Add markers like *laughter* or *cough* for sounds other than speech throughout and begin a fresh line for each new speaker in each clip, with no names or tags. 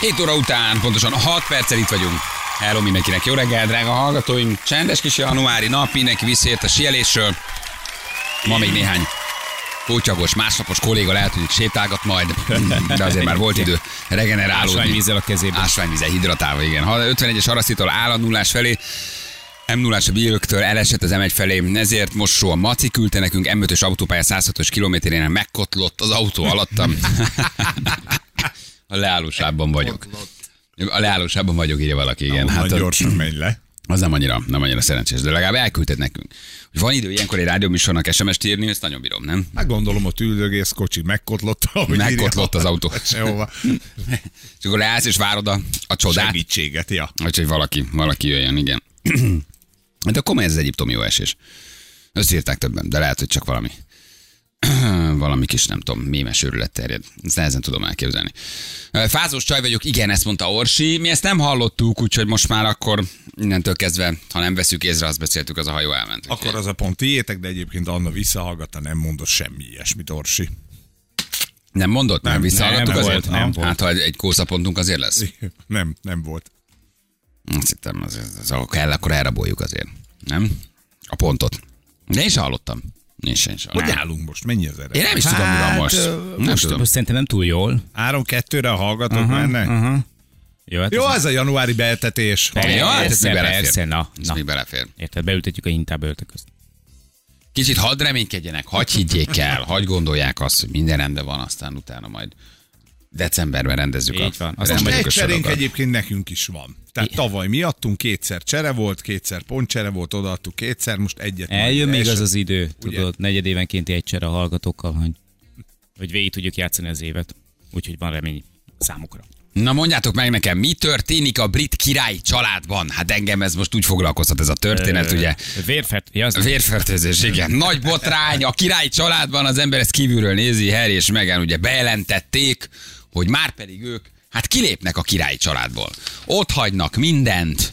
7 óra után, pontosan 6 perccel itt vagyunk. Hello mindenkinek, jó reggel, drága hallgatóim. Csendes kis januári nap, mindenki visszaért a sielésről. Ma még néhány kótyagos, másnapos kolléga lehet, hogy itt sétálgat majd, de azért már
*laughs*
volt idő regenerálódni.
Ásványvízzel a kezében.
Ásványvízzel hidratálva, igen. Ha 51-es harasztitól áll a nullás felé, m 0 a bíjőktől elesett az M1 felé, ezért most só a Maci küldte nekünk, M5-ös autópálya 106-os kilométerénél megkotlott az autó alattam. a leállósában vagyok. A leállósában vagyok, írja valaki, igen. hát,
Onnan
a- *clears throat*
gyorsan megy le.
az nem annyira, nem annyira szerencsés, de legalább elküldted nekünk. Hogy van idő ilyenkor egy rádióműsornak SMS-t írni, ezt nagyon bírom, nem?
Hát gondolom, ott üldögész kocsi megkotlott, ahogy
Megkotlott az
írja.
autó.
*laughs* Sehova.
És akkor leállsz és várod a, a csodát.
Segítséget, ja.
Úgyhogy valaki, valaki jöjjön, igen. *clears throat* De komoly ez az egyiptomi jó esés. Azt írták többen, de lehet, hogy csak valami *clears throat* valami kis, nem tudom, mémes őrület terjed. Ezt nehezen tudom elképzelni. Ö, Fázós csaj vagyok, igen, ezt mondta Orsi. Mi ezt nem hallottuk, úgyhogy most már akkor innentől kezdve, ha nem veszük észre, azt beszéltük, az a hajó elment. Úgyhogy-
Akkor az a pont tiétek, de egyébként Anna visszahallgatta, nem mondott semmi ilyesmit, Orsi. *laughs*
Nem mondott? Nem, nem visszahallgattuk
nem
azért?
volt, nem volt.
Hát, ha egy, egy kószapontunk azért lesz.
Nem, nem volt.
Azt hittem, az, az, az, ha kell, akkor elraboljuk azért. Nem? A pontot. De én sem hallottam. Én sem, sem.
Hogy állunk most? Mennyi az eredmény?
Én nem is tudom, mi van
Hát,
most.
ö,
Nem
most,
tudom.
most szerintem nem túl jól.
Három kettőre hallgatok uh-huh, benne? Uh-huh.
Jó, hát
Jó,
az,
ez a januári beeltetés.
Persze,
Jó, hát ez mi
persze,
belefér.
na,
Ez
na.
mi belefér.
Érted, beültetjük a hintába öltök közt.
Kicsit hadd reménykedjenek, hadd higgyék el, hadd gondolják azt, hogy minden rendben van, aztán utána majd decemberben rendezzük a
Így van. Aztán
rendezzük
Most egy
a
cserénk
sorokat.
egyébként nekünk is van. Tehát tavaly mi adtunk, kétszer csere volt, kétszer pontcsere volt, odaadtuk kétszer, most egyet. majd
Eljön még
esett.
az az idő,
Ugye?
tudod, negyed évenkénti egy csere a hallgatókkal, hogy, hogy végig tudjuk játszani az évet. Úgyhogy van remény számukra.
Na mondjátok meg nekem, mi történik a brit királyi családban? Hát engem ez most úgy foglalkoztat ez a történet, ugye?
Vérfert, ja, az
Vérfertőzés, igen. Nagy botrány, a királyi családban az ember ezt kívülről nézi, Harry és Meghan ugye bejelentették, hogy már pedig ők hát kilépnek a királyi családból. Ott hagynak mindent,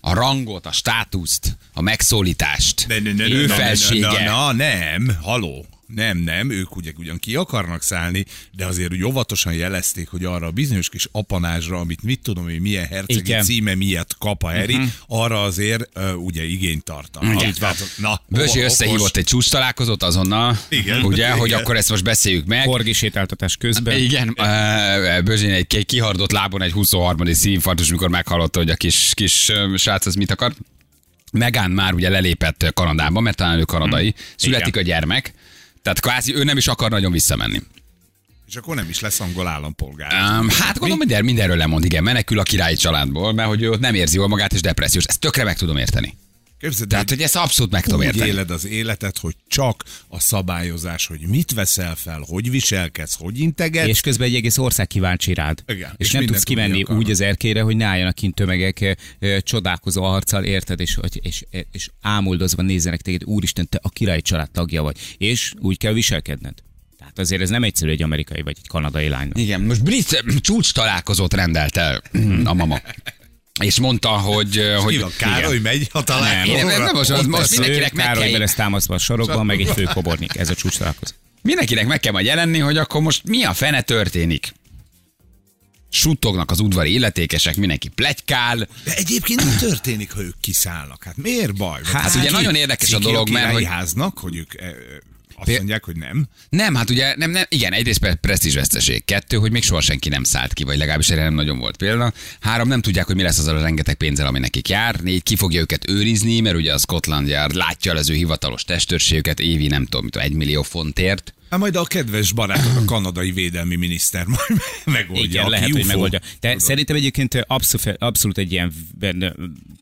a rangot, a státuszt, a megszólítást,
Ne, ne, ne,
ő
ne, ne,
felsége.
Na, na, na, nem, haló. Nem, nem, ők ugye ugyan ki akarnak szállni, de azért úgy óvatosan jelezték, hogy arra a bizonyos kis apanásra, amit mit tudom én, milyen hercegi
Igen.
Igen. címe miatt kap a Harry,
Mhm.
uh-huh. arra azért uh, ugye igényt tartanak.
Igen.
Így van. Na,
Bözsi
hova-
Hát, összehívott egy csúcs találkozót azonnal,
Igen.
ugye, hogy
Igen.
akkor ezt most beszéljük meg.
korgi sétáltatás közben.
Igen, ö, Bözsén egy ki- kihardott lábon egy 23. szívinfarktus, mikor meghallotta, hogy a kis, kis ö, srác az mit akar. Megán már ugye lelépett ö, Kanadába, mert talán ő kanadai. Születik
Igen.
a gyermek. Tehát kvázi ő nem is akar nagyon visszamenni.
És akkor nem is lesz angol állampolgár.
Um, hát gondolom, minden, mindenről lemond, igen, menekül a királyi családból, mert hogy ő ott nem érzi jól magát, és depressziós. Ezt tökre meg tudom érteni.
Képzeld, el,
Tehát, hogy ezt abszolút meg tudom
úgy
érteni.
éled az életet, hogy csak a szabályozás, hogy mit veszel fel, hogy viselkedsz, hogy integetsz.
És közben egy egész ország kíváncsi rád.
Igen,
és,
és
nem
mindent
tudsz kimenni
tudni akarnak.
úgy az erkére, hogy ne álljanak kint tömegek ö, ö, csodálkozó arccal, érted, és, hogy- és, és ámuldozva nézzenek téged, úristen, te a királyi család tagja vagy. És úgy kell viselkedned. Tehát azért ez nem egyszerű egy amerikai vagy egy kanadai lánynak.
Igen, most brit csúcs találkozót rendelt el hm, a mama. *laughs* És mondta, hogy... hogy
Ki van, Károly megy a
Én nem,
találkozóra?
nem, most, az, most
Persze,
mindenkinek
ő
meg
Károly
kell,
lesz támasztva a sarokban, meg egy főkobornik. Ez a csúcs találkozó.
mindenkinek meg kell majd jelenni, hogy akkor most mi a fene történik. Suttognak az udvari illetékesek, mindenki plegykál.
De egyébként mi történik, ha ők kiszállnak? Hát miért baj? Hát,
ugye nagyon érdekes a dolog, mert hogy-
hogy... háznak, hogy ők e, e, azt mondják, hogy nem.
Nem, hát ugye, nem, nem, igen, egyrészt pre- presztízsveszteség. Kettő, hogy még soha senki nem szállt ki, vagy legalábbis erre nem nagyon volt példa. Három, nem tudják, hogy mi lesz az a rengeteg pénzzel, ami nekik jár. Négy, ki fogja őket őrizni, mert ugye a Scotland Yard látja el az ő hivatalos testőrségüket évi, nem tudom, mit, tudom, egy millió fontért.
Hát majd a kedves barátok, a kanadai védelmi miniszter majd megoldja.
Igen,
aki
lehet, hogy
UFO.
megoldja. De
Tudod.
szerintem egyébként abszolút, abszolút egy ilyen benne-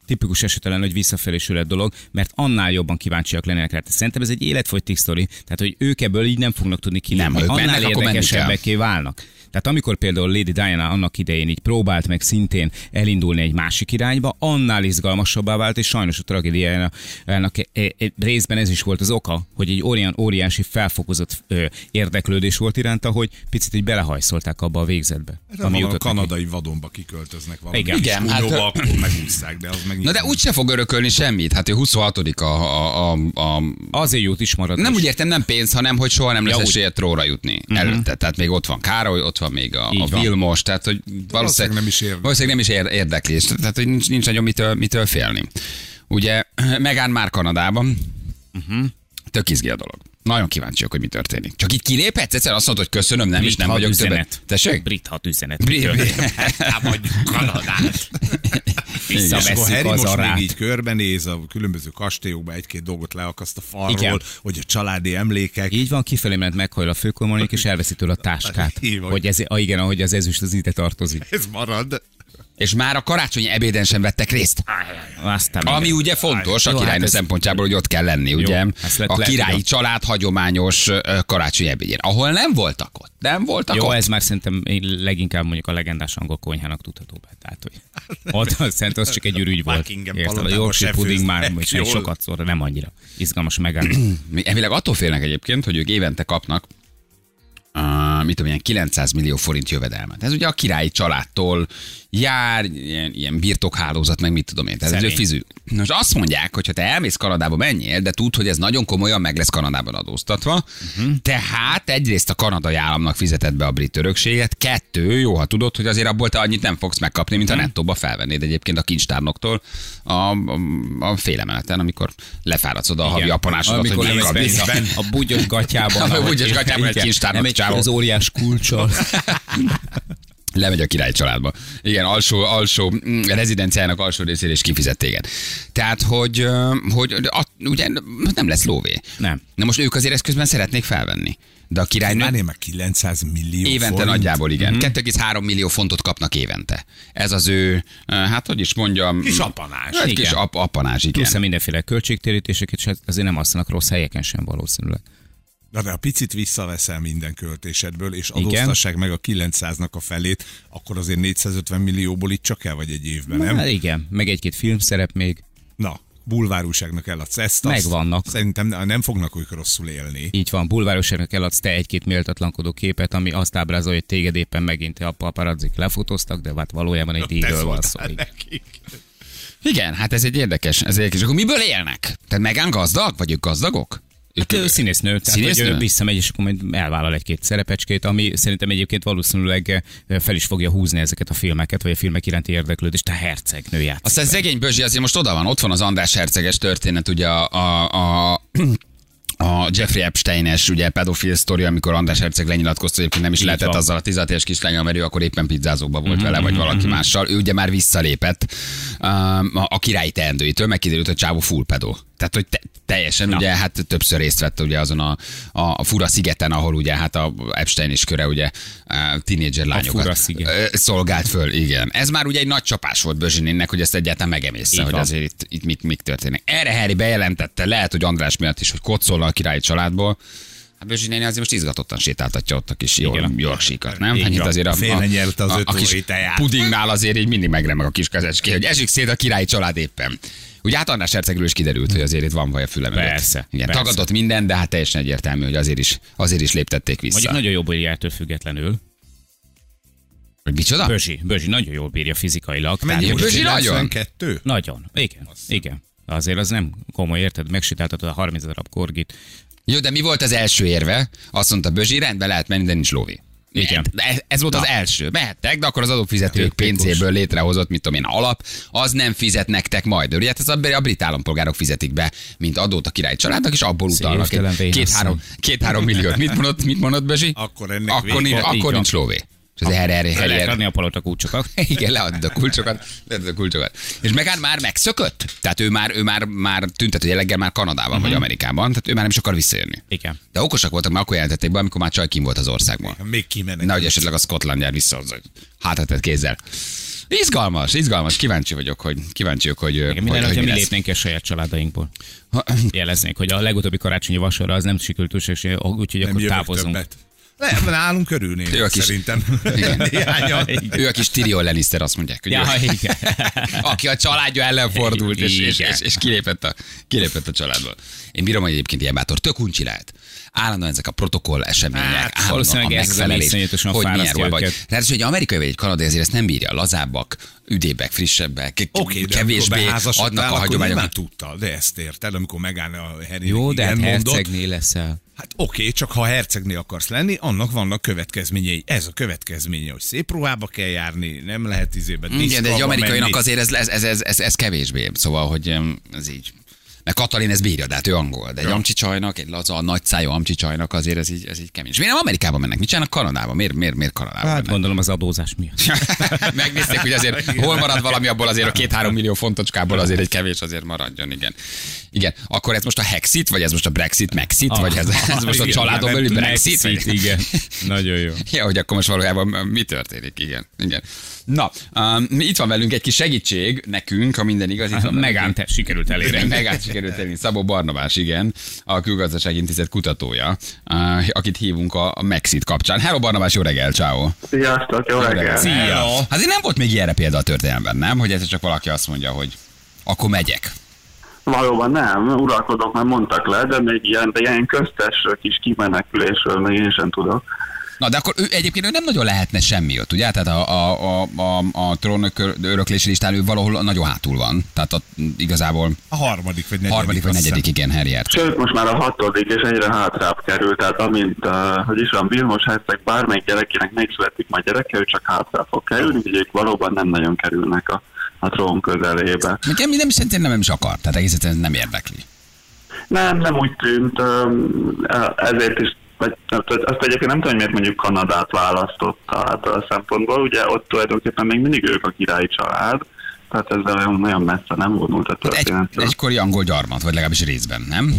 tipikus esetelen, hogy visszafelésülő dolog, mert annál jobban kíváncsiak lennének rá. Tehát Szerintem ez egy életfogytig sztori, tehát hogy ők ebből így nem fognak tudni
Nem, ha
kilépni.
ők mennek,
Annál
akkor menni kell.
érdekesebbekké válnak. Tehát amikor például Lady Diana annak idején így próbált meg szintén elindulni egy másik irányba, annál izgalmasabbá vált, és sajnos a tragédiájának e- e- e- részben ez is volt az oka, hogy egy olyan óriási felfokozott ö, ö, érdeklődés volt iránta, hogy picit így belehajszolták abba a végzetbe.
Ami Hát a
jutott neki.
kanadai vadonba kiköltöznek valami.
Igen.
Igen,
Igen, és
hát-
hát... akkor megúszszák, de az meg
Na de úgyse fog örökölni semmit. Hát ő 26 a, a, a, a
Azért jut is marad.
Nem
is.
úgy értem, nem pénz, hanem hogy soha nem lesz
Ja,
ja,
úgy. Mhm.
esélye tróra jutni uh-huh. előtte. Tehát még ott van Károly, ott van még a,
Így
a
van.
Vilmos, tehát hogy valószínűleg
nem is érdekli.
Valószínűleg nem is ér- érdekli, és tehát hogy nincs, nincs nagyon mitől, mitől félni. Ugye *clears throat* Megán már Kanadában, uh-huh.
Mhm.
tök izgi a dolog. Nagyon kíváncsiak, hogy mi történik. Csak itt kiléphetsz, egyszer azt mondod, hogy köszönöm, nem is
Brit
nem
hat
vagyok többet.
üzenet.
Tessék?
Brit hat üzenet.
Brit-
*laughs*
brit-
Eltámadjuk Kanadát.
És akkor
Visszaveszik
Harry
az
most
arát.
még így körbenéz a különböző kastélyokba, egy-két dolgot leakaszt a falról,
Igen.
hogy a családi emlékek.
Így van, kifelé ment meghajl a főkormányok, és elveszi tőle a táskát.
*laughs* Így van.
Hogy ez, ah, igen, ahogy az ezüst az ide tartozik.
*laughs* Ez marad.
És már a karácsonyi ebéden sem vettek részt.
Aztán
Ami
igen.
ugye fontos a
Jó,
királynő
hát ez-
szempontjából, hogy ott kell lenni, ugye?
ezt lehet-
a
lehet,
királyi
igen.
család hagyományos ö, karácsonyi ebédjén, ahol nem voltak ott. Nem voltak
Jó,
ott.
ez már szerintem leginkább mondjuk a legendás angol konyhának tudható be. Tehát,
*laughs*
hogy ott az, szerint az csak egy ürügy volt.
Buckingham
Érted, a
palotába
Yorkshire
se
pudding már
főznek
most
jól.
sokat szóra, nem annyira. Izgalmas megállás.
Mi- Elvileg attól félnek egyébként, hogy ők évente kapnak Uh, mit tudom, ilyen 900 millió forint jövedelmet. Ez ugye a királyi családtól jár, ilyen, ilyen birtokhálózat, meg mit tudom én. Tehát ez ő
Szerény.
fizű. Most azt mondják, hogy ha te elmész Kanadába, menjél, de tudd, hogy ez nagyon komolyan meg lesz Kanadában adóztatva. Uh-huh. Tehát egyrészt a kanadai államnak fizetett be a brit örökséget, kettő, jó, ha tudod, hogy azért abból te annyit nem fogsz megkapni, mint ha nettóba felvennéd egyébként a kincstárnoktól a, a, a félemeleten, amikor lefáradsz oda a *clears throat* havi apanásodat, hogy
Amikor lemész
megkapd.
vissza a bugyos
*laughs*
gatyában.
A
ahogy-
bugyos gatyában egy
Igen.
kincstárnak
Nem
csávó.
Az óriás
*laughs*
kulcsal.
lemegy a király családba. Igen, alsó, alsó mm, rezidenciának alsó részére is kifizet téged. Tehát, hogy, ö, hogy a, ugye nem lesz lóvé.
Nem.
Na most ők azért eszközben szeretnék felvenni. De a királynő
Már én meg 900 millió
évente
forint.
nagyjából igen.
Mhm.
2,3 millió fontot kapnak évente. Ez az ő, ö, hát hogy is mondjam...
Kis apanás.
Egy kis
Igen.
ap- apanás, igen.
Plusz a mindenféle költségtérítéseket, és hát azért nem használnak rossz helyeken sem valószínűleg.
Na de ha picit visszaveszel minden költésedből, és
Igen.
adóztassák meg a 900-nak a felét, akkor azért 450 millióból itt csak el vagy egy évben, nem?
Hát igen, meg egy-két filmszerep még.
Na, bulvárúságnak eladsz ezt, azt.
Megvannak.
Szerintem nem fognak ők rosszul élni.
Így van, bulvárosának eladsz te egy-két méltatlankodó képet, ami azt ábrázolja, hogy téged éppen megint a paparazzik lefotóztak, de hát valójában egy
Te
díjról van szó.
szóltál
igen.
nekik.
Igen, hát ez egy érdekes. Ez egy érdekes. Akkor miből élnek? Tehát megán gazdag? Vagy ők gazdagok?
Hát ő színésznő, tehát
Színésznő?
színésznő? Hogy ő visszamegy, és akkor majd elvállal egy-két szerepecskét, ami szerintem egyébként valószínűleg eh, fel is fogja húzni ezeket a filmeket, vagy a filmek iránti érdeklődést, a hercegnő játszik.
Aztán szegény Bözsi azért most oda van, ott van az András Herceges történet, ugye a, a, a a Jeffrey Epstein-es ugye, pedofil sztori, amikor András Herceg lenyilatkozta, hogy egyébként nem is
Így
lehetett
van. Mhm,
azzal a 16 éves kislányjal, mert ő akkor éppen pizzázóba volt vele, vagy valaki mással. Ő ugye már visszalépett um, a, a királyi teendőitől, megkiderült, hogy Csávó full pedó. Tehát, hogy te, teljesen, ugye, hát többször részt vett ugye azon a, a, a fura szigeten, ahol ugye, hát a Epstein is köre, ugye, uh, tínédzser lányokat
fura sziget.
ö, szolgált föl, igen. Ez már ugye egy nagy csapás volt Bözsinénnek, hogy ezt egyáltalán megemészte,
Így
hogy
van.
azért itt, itt mit, mit történik. Erre Harry bejelentette, lehet, hogy András miatt is, hogy kocsolna a királyi családból. Hát Bözsi néni azért most izgatottan sétáltatja ott a kis
Igen.
Yorksíkat, nem?
Így
Hát itt
van.
azért a, a,
Félrenyelte az
a, a
öt
kis
órai teját.
pudingnál azért így mindig megremeg a kis kezecské, hogy esik szét a királyi család éppen. Ugye hát András Hercegről is kiderült, hogy azért itt van vaj a fülem előtt.
Persze,
Igen,
persze.
tagadott minden, de hát teljesen egyértelmű, hogy azért is, azért is léptették vissza.
Mondjuk
Mondjuk,
nagyon jól bírja ettől függetlenül.
hogy micsoda?
Bözsi, Bözsi nagyon jól bírja fizikailag.
Mennyi
tehát
Ah. Bözsi
most?
nagyon?
92?
Nagyon, igen, igen. Azért az nem komoly, érted? Megsitáltatod a 30 darab korgit.
Jó, de mi volt az első érve? Azt mondta Bözsi, rendben lehet menni, de nincs lóvé.
Igen.
De Ez, ez volt Na. az első. Mehettek, de akkor az adófizetők pénzéből létrehozott, mit tudom én, alap, az nem fizet nektek majd. Ugye hát ez a, a brit állampolgárok fizetik be, mint adót a királyi családnak, és abból utalnak
Szívtelen
egy- két-három két, három milliót. Mit mondott, mit mondott Bözsi?
Akkor ennek
akkor,
vége
nincs,
van.
Így
akkor
van.
nincs lóvé. És az erre, erre,
Le
erre,
lehet
erre.
adni a palota kulcsokat.
*laughs* Igen, leadod a kulcsokat, leadod a kulcsokat. És Megán már megszökött? Tehát ő már, ő már, már tüntető jelleggel már Kanadában uh-huh. vagy
Mhm.
Amerikában, tehát ő már nem is akar visszajönni.
Igen.
De okosak voltak, mert akkor jelentették be, amikor már csaj kim volt az országból.
Még kimenek.
Na, hogy esetleg a Scotland jár vissza hozzá, hogy hátretett kézzel. Izgalmas, izgalmas, kíváncsi vagyok, hogy kíváncsi vagyok, hogy,
Igen,
hogy,
minden,
hogy
hogyha
mi
mi
lesz.
lépnénk ki a saját családainkból. Jeleznénk, hogy a legutóbbi karácsonyi vasorra az nem sikerült túl, és úgyhogy
Nem
akkor
jövök
távozunk.
többet. Nem, nálunk
Ő a
örülnének
kis-
szerintem. *laughs* Néhányan.
Ő a kis Tyrion Lannister, azt mondják, hogy
Ja,
ő,
igen.
*laughs* aki a családja ellen fordult, és, és,
Igen.
és, és kilépett, a, kilépett a családból. Én bírom, hogy egyébként ilyen bátor, tök uncsi lehet. állandóan ezek a protokoll események,
Hát,
állandóan
valószínűleg
a
ez az, ami
megfelelés,
iszonyatosan
hogy milyen
fárasztja
hol vagy.
őket.
Ráadásul, hogy egy amerikai vagy egy kanadai azért ezt nem bírja, lazábbak, üdébbek, frissebbek, k-
Oké, de
kevésbé
amikor beházasodtál,
adnak a
akkor nyilván
hagyományoknak.
tudta, de ezt érted, amikor megáll a Harry.
Jó, de hát
igen mondott.
hercegné leszel.
Hát oké, csak ha hercegné akarsz lenni, annak vannak következményei. Ez a következménye, hogy szép ruhába kell járni, nem lehet izébe
Igen, de egy
diszkóba
amerikainak
menni.
azért ez, ez, ez, ez, ez, ez kevésbé. Szóval, hogy em, ez így. Mert Katalin ez bírja, de hát ő angol. De egy amcsi csajnak, egy laza, nagy szájú amcsi csajnak azért ez így, ez így kemény. És miért nem Amerikába mennek? Mit csinálnak Kanadába? Miért, miért, miért Kanadába
Hát
mennek?
gondolom az adózás miatt.
*laughs* Megnézték, hogy azért hol marad valami abból azért a két-három millió fontocskából azért egy kevés azért maradjon, igen. Igen, akkor ez most a Hexit, vagy ez most a Brexit, Mexit,
Ah,
vagy ez, ez most a
igen,
családon
nem
belül
tudom,
Brexit?
Brexit,
vagy- *laughs*
igen. Nagyon jó.
Ja, hogy akkor most valójában mi történik, igen. igen. Na, um, itt van velünk egy kis segítség nekünk, ha minden igaz. Itt van velünk-
Megán, te
*laughs*
sikerült elérni.
Megállt sikerült elérni. Szabó Barnabás, igen, a Külgazdaság Intézet kutatója, uh, akit hívunk a, a Mexit kapcsán. Hello Barnabás, jó reggel, ciao.
Sziasztok, jó reggel!
Szia! Hát azért nem volt még ilyenre példa a történelemben, nem? Hogy ez csak valaki azt mondja, hogy akkor megyek.
Valóban nem, uralkodók már mondtak le, de még ilyen, de ilyen köztes kis kimenekülésről még én sem tudok.
Na, de akkor ő egyébként ő nem nagyon lehetne semmi ott, ugye? Tehát a, a, a, a, a trónök öröklési listán ő valahol nagyon hátul van. Tehát ott igazából
A harmadik vagy negyedik.
harmadik vagy
azt hiszem.
negyedik, igen, Harry Herceg.
Sőt, most már a hatodik, és egyre hátrább kerül, tehát amint, uh, hogy is van, Vilmos herceg bármelyik gyerekének megszületik majd gyereke, ő csak hátrább fog kerülni, így ők valóban nem nagyon kerülnek a, a trón közelébe.
Nekem nem, szerintem nem, nem is akar, tehát egész egyszerűen nem érdekli.
Nem, nem úgy tűnt, um, ezért is, vagy, tehát azt egyébként nem tudom, hogy miért mondjuk Kanadát választotta ebből a szempontból, ugye ott tulajdonképpen még mindig ők a királyi család, tehát ezzel olyan, nagyon messze nem vonult a
Hát Egy,
történettől.
egykori angol gyarmat, vagy legalábbis részben, nem?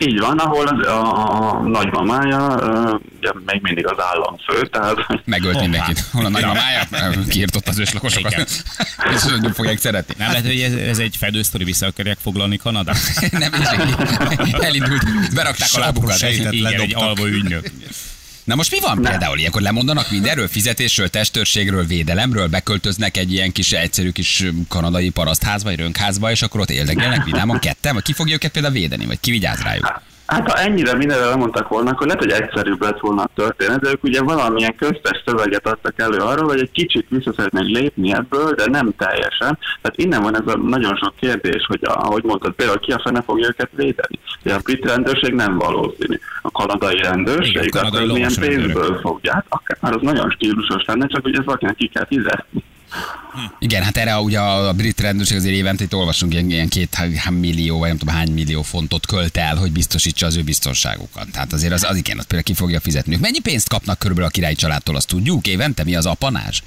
Így van, ahol az, a, a, a nagymamája ö, ugye még mindig az államfő, tehát
Megölt mindenkit. Hol a
Ja.
nagymamája *laughs* kiirtott az őslakosokat.
Igen.
*laughs* És hogy nem fogják szeretni. *laughs*
Nem lehet, hogy ez, ez egy fedősztori, vissza akarják foglalni Kanadát?
*laughs* Nem, és így elindult, berakták a lábukat.
sejtett
Igen, egy
ledobtak.
alvó ügynök.
Na most mi van például ilyenkor? Lemondanak mindenről, fizetésről, testőrségről, védelemről, beköltöznek egy ilyen kis egyszerű kis um, kanadai parasztházba, vagy rönkházba, és akkor ott éldegélnek vidáman ketten? Vagy ki fogja őket például védeni, vagy ki vigyáz rájuk?
Hát ha ennyire mindenre lemondtak volna, akkor lehet, hogy egyszerűbb lett volna a történet, de ők ugye valamilyen köztes szöveget adtak elő arról, hogy egy kicsit vissza szeretnék lépni ebből, de nem teljesen. Tehát innen van ez a nagyon sok kérdés, hogy a, ahogy mondtad, például ki a fene fogja őket védeni. Ugye a brit rendőrség nem valószínű. A kanadai
Igen,
rendőrség, de
kanadai
akkor az milyen
lovas rendőrök.
pénzből fogja. Hát akár már az nagyon stílusos lenne, csak hogy ez valakinek ki kell fizetni.
Igen, hát erre ugye a a brit rendőrség azért évente itt olvasunk ilyen, ilyen két há- millió, vagy nem tudom hány millió fontot költ el, hogy biztosítsa az ő biztonságukat. Tehát azért az, az igen, az például ki fogja fizetni. Ők Mennyi pénzt kapnak körülbelül a királyi családtól, azt tudjuk évente, mi az apanás?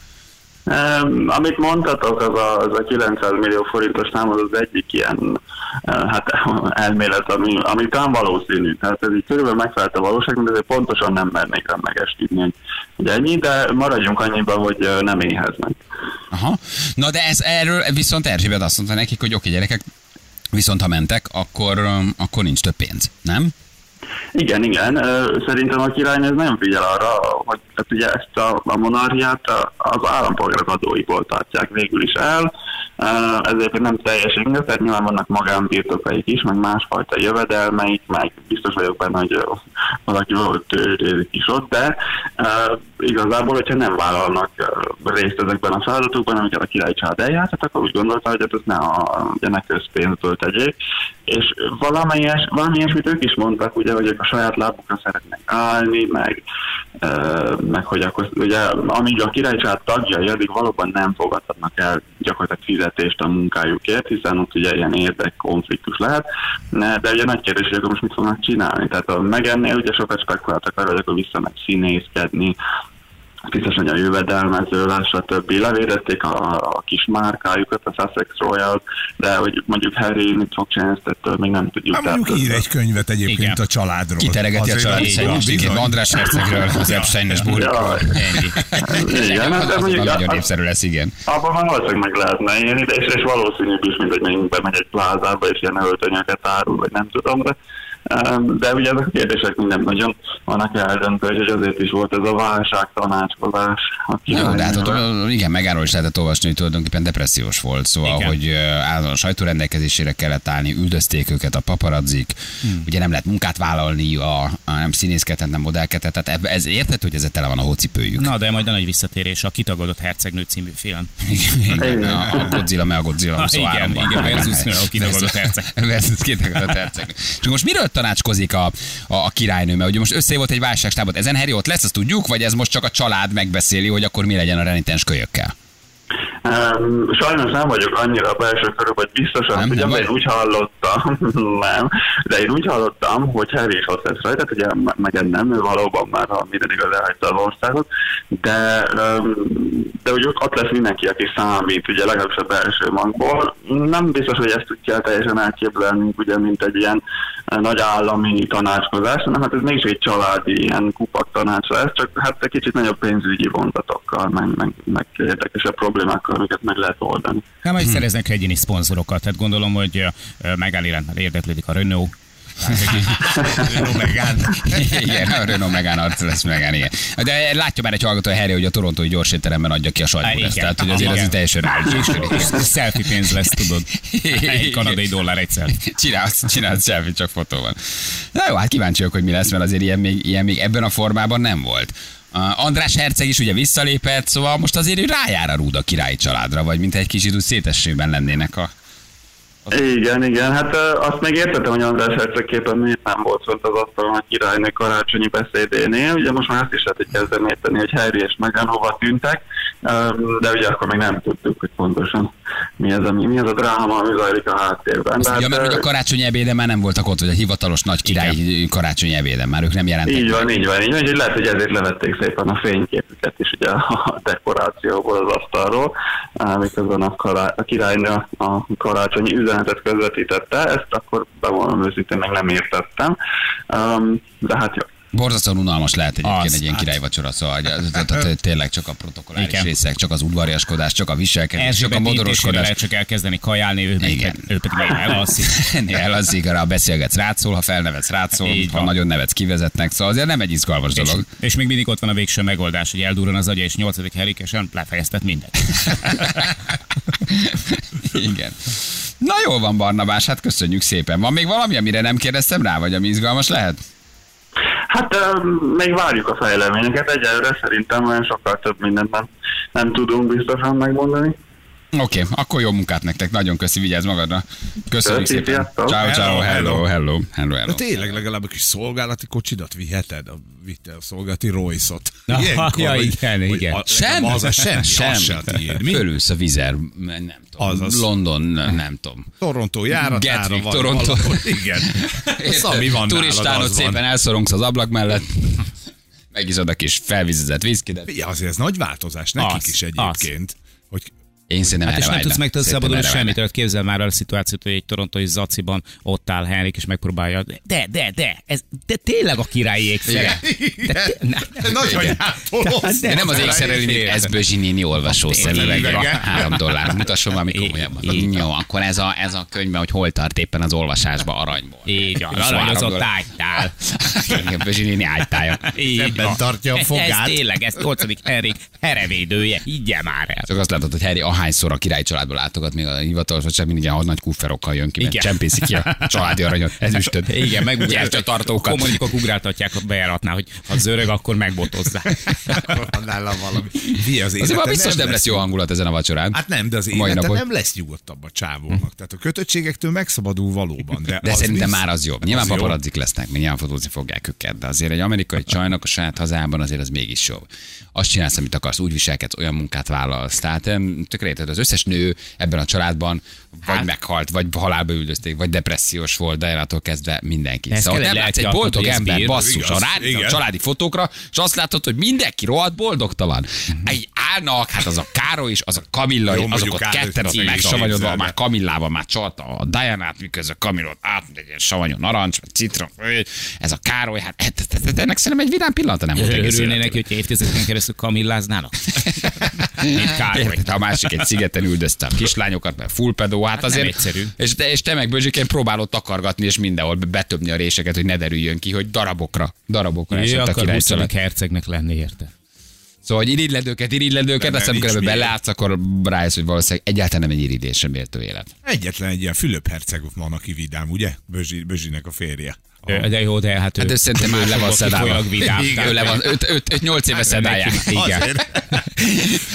Em, Amit mondtatok, az a, az a 900 millió forintos szám az, az egyik ilyen eh, hát, *laughs* elmélet, ami, ami talán valószínű. Tehát ez így körülbelül megfelelt a valóságnak, de azért pontosan nem mernék rá megesküdni, hogy- hogy ennyi, de maradjunk annyiban, hogy eh, nem éheznek.
Aha. Na de ez erről viszont Erzsébet azt mondta nekik, hogy oké gyerekek, viszont ha mentek, akkor, öm, akkor nincs több pénz, nem?
Igen, igen. Ö, Szerintem a királynő ez nagyon figyel arra, hogy hát ugye ezt a, a monarchiát a- az állampolgárok adóiból tartják végül is el. Ö, Ezért nem teljes igaz, tehát nyilván vannak magánbirtokaik is, meg másfajta jövedelmeik, meg biztos vagyok benne, hogy ö, valaki valahogy tőrézik is ott, de ö, igazából, hogyha nem vállalnak ö, részt ezekben a feladatokban, amiket a király család eljátszott, akkor úgy gondolta, hogy hát ezt ne a ugye ne közpénzből tegyék, és valamelyes, valami ilyesmit ők is mondtak, ugye, hogy ők a saját lábukra szeretnek állni, meg, ö, meg hogy akkor ugye, amíg a királyság tagjai, addig valóban nem fogadhatnak el gyakorlatilag fizetést a munkájukért, hiszen ott ugye ilyen érdekkonfliktus lehet, Ne, de ugye nagy kérdés, hogy akkor most mit fognak csinálni. Tehát a megennél ugye sokat spekuláltak arra, hogy akkor visszamegy színészkedni, biztos, hogy a jövedelmező, lássa többi. Levédették a, a kis márkájukat, a Sussex Royal, de hogy mondjuk Harry mit fog csinálni, ezt ettől még nem tudjuk.
Hát mondjuk
Tehát,
ír egy könyvet egyébként
Igen.
a családról.
Kiteregeti a
Azért
családi
az jó,
szennyességét,
bizony.
András Hercegről, az Epstein-es
Ja.
búrikról. Ennyi.
Igen,
Az
hát
az
mondjuk
nagyon
a-
népszerű lesz, igen.
Abban már valószínűleg meg lehetne élni, de és, és valószínűbb is, mint hogy mondjuk bemegy egy plázába, és ilyen öltönyöket árul, vagy nem tudom, de De ugye ezek a kérdések nem nagyon vannak eldöntve, és azért is volt ez a válság tanácskozás. A
Jó, de hát
királynél.
ott, ö, igen, meg arról is lehetett olvasni, hogy tulajdonképpen depressziós volt, szóval, igen.
Igen.
hogy ö, állandóan sajtó rendelkezésére kellett állni, üldözték őket a paparazzik, hmm. ugye nem lehet munkát vállalni, a, a nem színészkedett, nem modellkedett, tehát ebbe- ez érthető, hogy ezzel tele van a
*laughs*
hócipőjük.
Na, de majd a nagy visszatérés, a kitagadott hercegnő című film.
Igen, a, a Godzilla, meg a Godzilla
Ha,
23
Ah, igen,
*laughs*
igen, versus a kitagadott herceg.
Versus kitagadott herceg. És akkor most miről tanácskozik a, a, a királynő? Mert ugye most össze volt egy válságstábot. Ezen Harry ott lesz, azt tudjuk, vagy ez most csak a család megbeszéli, hogy akkor mi legyen a renitens kölyökkel?
Em, Sajnos nem vagyok annyira belső körül, vagy biztosan
Nem,
nem,
nem
tudom,
vagy?
én úgy hallottam, *laughs* nem, de én úgy hallottam, hogy Harry is ott lesz rajta, ugye me- meg nem, ő valóban már ha minden igaz elhagyta az országot, de, em, de ugye ott lesz mindenki, aki számít, ugye legalábbis a belső bankból. Nem biztos, hogy ezt tudja teljesen elképzelni, ugye, mint egy ilyen nagy állami tanácskozás, hanem hát ez mégis egy családi ilyen kupak tanács lesz, csak hát egy kicsit nagyobb pénzügyi vonzatokkal, meg, meg, meg érdekesebb problémákkal, amiket meg lehet oldani.
Nem,
Mhm.
hogy szereznek egyéni szponzorokat, tehát gondolom, hogy ö, megáll iránt érdeklődik a
*laughs*
Renault.
igen, a Renault Megán arc lesz Megán, igen. De látja már egy hallgató a Harry, hogy a torontói gyors étteremben adja ki a sajtbúrezt,
Igen.
tehát hogy azért az
Igen.
itt teljesen
És,
ráütésre.
és selfie pénz lesz, tudod. Egy kanadai dollár egy selfie.
Csinálsz, csinálsz semmit, csak fotó van. Na jó, hát kíváncsi vagyok, hogy mi lesz, mert azért ilyen még, ilyen még ebben a formában nem volt. Uh, András Herceg is ugye visszalépett, szóval most azért ő rájár a rúd a királyi családra, vagy mint egy kicsit úgy szétesőben lennének a...
Igen, igen, hát ö, azt még értettem, hogy András Herceg képen miért nem volt fönt az asztalon a királynő karácsonyi beszédénél, ugye most már azt is lehetett kezdem érteni, hogy Harry és Meghan hova tűntek, ö, de ugye akkor még nem tudtuk, hogy pontosan mi ez a, mi ez a dráma, ami zajlik a háttérben.
Azt
De
mondja,
hát,
mert hogy
ö,
a karácsonyi ebéden már nem voltak ott, vagy a hivatalos nagy királyi karácsonyi ebéden, már ők nem jelentek.
Így van, így van, így van, úgyhogy lehet, hogy ezért levették szépen a fényképüket is ugye a dekorációból az asztalról, á, miközben a, kará- a királynő a karácsonyi üzenetet közvetítette, ezt akkor bevallom őszintén meg nem értettem, um, de hát jó.
Borzasztóan unalmas lehet egyébként
Az,
egy ilyen
hát.
királyvacsora, szóval hogy az- tehát- tehát tényleg csak a protokolláris
Igen.
részek, csak az udvariaskodás, csak a viselkedés, csak a
Erzsébet intésével
*laughs* modoroskodás.
lehet csak elkezdeni kajálni, ő
Igen.
meg, ő pedig
*laughs*
meg elalszik.
Elalszik, ha beszélgetsz, rátszól, ha felnevetsz, rátszól,
Így
ha
van.
nagyon nevetsz, kivezetnek, szóval azért nem egy izgalmas
És,
dolog.
és még mindig ott van a végső megoldás, hogy eldurran az agya, és 8. herikesen lefejeztet mindent.
*laughs* Hát, Igen. Na jól van, Barnabás, hát köszönjük szépen. Van még valami, amire nem kérdeztem rá, vagy ami izgalmas lehet?
Hát ö, még várjuk a fejleményeket, egyelőre szerintem olyan sokkal több mindent nem, nem tudunk biztosan megmondani.
Oké, okay, akkor jó munkát nektek, nagyon köszi, vigyázz magadra. Köszönjük
Köszi,
szépen.
sziasztok.
Ciao, ciao,
Hello,
hello, hello, hello, hello.
De tényleg legalább a kis szolgálati kocsidat viheted, a, vitte a szolgálati Royce-ot.
Na, ja, igen, igen.
Sem? Az
*laughs*
a sem, sem. Az se a tiéd. Mi?
Fölülsz a vizer, nem tudom,
Azaz.
London, nem
*laughs*
tudom.
Torontó járatára
Gatwick,
van.
Toronto.
valahol. Igen. A Szabi van
Turistán
nálad,
ott
az van.
szépen elszorongsz az ablak mellett, megiszod a kis felvizezett viszkidet.
Figyelj, azért ez nagy változás nekik
Az,
is
az.
egyébként. Hogy
Én szerintem
Hát és
erre
nem tudsz
vágynám.
meg tudsz
Szerintem
szabadulni
erre vágynám.
semmit, tehát képzel már el a szituációt, hogy egy torontói zaciban ott áll Henrik, és megpróbálja. De, de, de, ez, de tényleg a királyi ékszere.
nagy vagy
Hát
De nem az
Az
ékszerelő, mint
elején
Eszbőzsi néni olvasó szemüvege.
tényleg.
Három dollár. Mutasson valami komolyabbat. Jó, akkor ez a, ez a könyve, hogy hol tart éppen az olvasásba aranyból.
Így van,
És három
aranyozott
dollár.
ágytál.
*laughs* Igen, Bözsi néni ágytája.
Így
Ebben
van.
tartja a
Ez-
fogát.
Ez tényleg, ez 8. Henrik herevédője, higgye már el.
Hát Csak azt látod, hogy Harry ahányszor a király családból látogat, még a hivatalos, vagy sem mindig ilyen nagy kufferokkal jön ki, mert
Igen. Hát,
csempészi ki
*laughs*
a családi aranyot, ezüstöt,
Igen, meg
a tartókat.
Kommunikok ugráltatják a bejáratnál, hogy ha zörög, akkor megbotozzák.
*laughs* van nála valami. Vi, az
Azért
élete
már biztos nem lesz jó hangulat ezen a vacsorán.
Hát nem, de az
A mai
élete
napon.
nem lesz nyugodtabb a csávónak. Tehát a kötöttségektől megszabadul valóban. De,
De
az
szerintem
visz-
már az jobb. Nyilván
az jobb.
paparazzik lesznek, mert nyilván fotózni fogják őket, de azért egy amerikai csajnak a saját hazában azért az mégis jobb. Azt csinálsz, amit akarsz, úgy viselkedsz, olyan munkát vállalsz. Tehát em, tökre érted, az összes nő ebben a családban vagy hát. meghalt, vagy halálba üldözték, vagy depressziós volt, de ellától kezdve mindenki.
Ez
szóval
kell
nem
egy
látsz egy
lelki
boldog
alkotó, hogy ez
ember,
bír.
basszus,
Igaz,
ha rád a
igen.
családi fotókra, és azt látod, hogy mindenki rohadt boldogtalan. Egy állnak, hát az a Károly is, az a Kamilla,
Mhm. Jó,
is, azok
mondjuk
ott
Károlyt
ketten, az
mégis
megsavanyodva,
képzelve.
már Kamillában már csalta a Dianát, miközben Kamilot átmegy egy ilyen savanyú narancs, vagy citrom. Ő, Ez a Károly, hát e- e- e- ennek szerintem egy vidám pillanata nem volt egész *laughs*
Örülnének,
életében.
hogyha évtizedeken keresztül kamilláznának. Mint Károly.
Érted, a másik egy szigeten üldözte a kislányokat, mert full pedó, hát,
nem
azért.
egyszerű.
És te, és te meg Bözsiken próbálod takargatni, és mindenhol betöbni a réseket, hogy ne derüljön ki, hogy darabokra, darabokra
Ő
esett a
akar
király
20.
család.
hercegnek lenni érte.
Szóval, hogy iridledőket, iridledőket,
Nem,
aztán
nincs
amikor
miért.
belátsz, akkor rájössz, hogy valószínűleg egyáltalán nem egy iridés sem értő élet.
Egyetlen egy ilyen Fülöp herceg van, aki vidám, ugye? Bözsi, Bözsinek a férje.
Ö, De jó, de hát ő...
Hát ő szerintem már le van szedálva.
Kifolyólag vidám.
Igen, Ő le van, 5-8 éve szedálják. Igen. *laughs*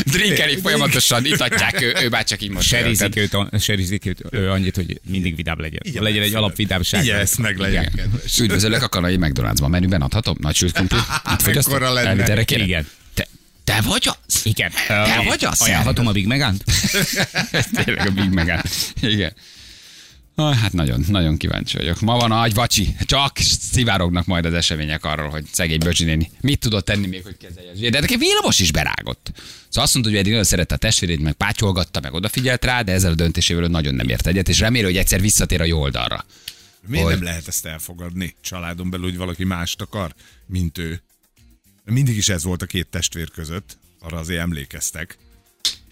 Drinkeli folyamatosan, itatják, ő, ő bár csak így most.
Serizik őt, a- serizik őt ö, annyit, hogy mindig vidám legyen.
Igen,
legyen egy
Fülöp.
alapvidámság.
Igen, ezt meg legyen
Igen.
kedves.
Üdvözöllek a kanai McDonald's-ban. Menüben adhatom? Nagy sült kumpli? Itt fogyasztod?
Mekkora lenne?
Elvitt erre kérem?
Igen.
Te, te vagy az?
Igen.
Te
Ö,
vagy az?
Ajánlhatom a Big Megant?
*laughs* Tényleg a Big Megán. Igen. Ah, hát nagyon, nagyon kíváncsi vagyok. Ma van a agyvacsi. Csak szivárognak majd az események arról, hogy szegény Böcsi néni mit tudott tenni még, hogy kezelje az ügyet. De neki villamos is berágott. Szóval azt mondta, hogy eddig nagyon szerette a testvérét, meg pátyolgatta, meg odafigyelt rá, de ezzel a döntésével ő nagyon nem ért egyet, és reméli, hogy egyszer visszatér a jó oldalra.
Miért
Hogy?
nem lehet ezt elfogadni családon belül, hogy valaki mást akar, mint ő? Mindig is ez volt a két testvér között, arra azért emlékeztek,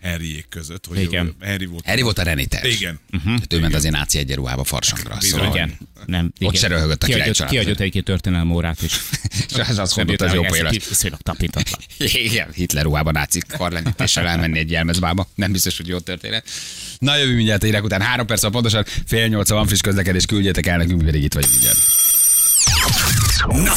Harryék között, hogy
Igen.
ő- Harry volt.
Harry volt a Reniter.
Igen.
Uh-huh. Ő ment az én náci egyenruhába farsangra. Szóval.
Igen. Nem.
Ott se röhögött a király
Kiadjott-
család.
Kiadjott egy-két történelmi órát is.
*laughs* És az azt
Nem
mondott, az jó
jutott el,
poén
hogy ez viszonylag tapintatlan.
*laughs* Igen, Hitler ruhában náci karlenítéssel elmenni egy jelmezbába. Nem biztos, hogy jó történet. Na jövő mindjárt a hírek után. Három perc van pontosan, fél nyolc van friss közlekedés, küldjetek el nekünk, mi pedig itt vagyunk mindjárt.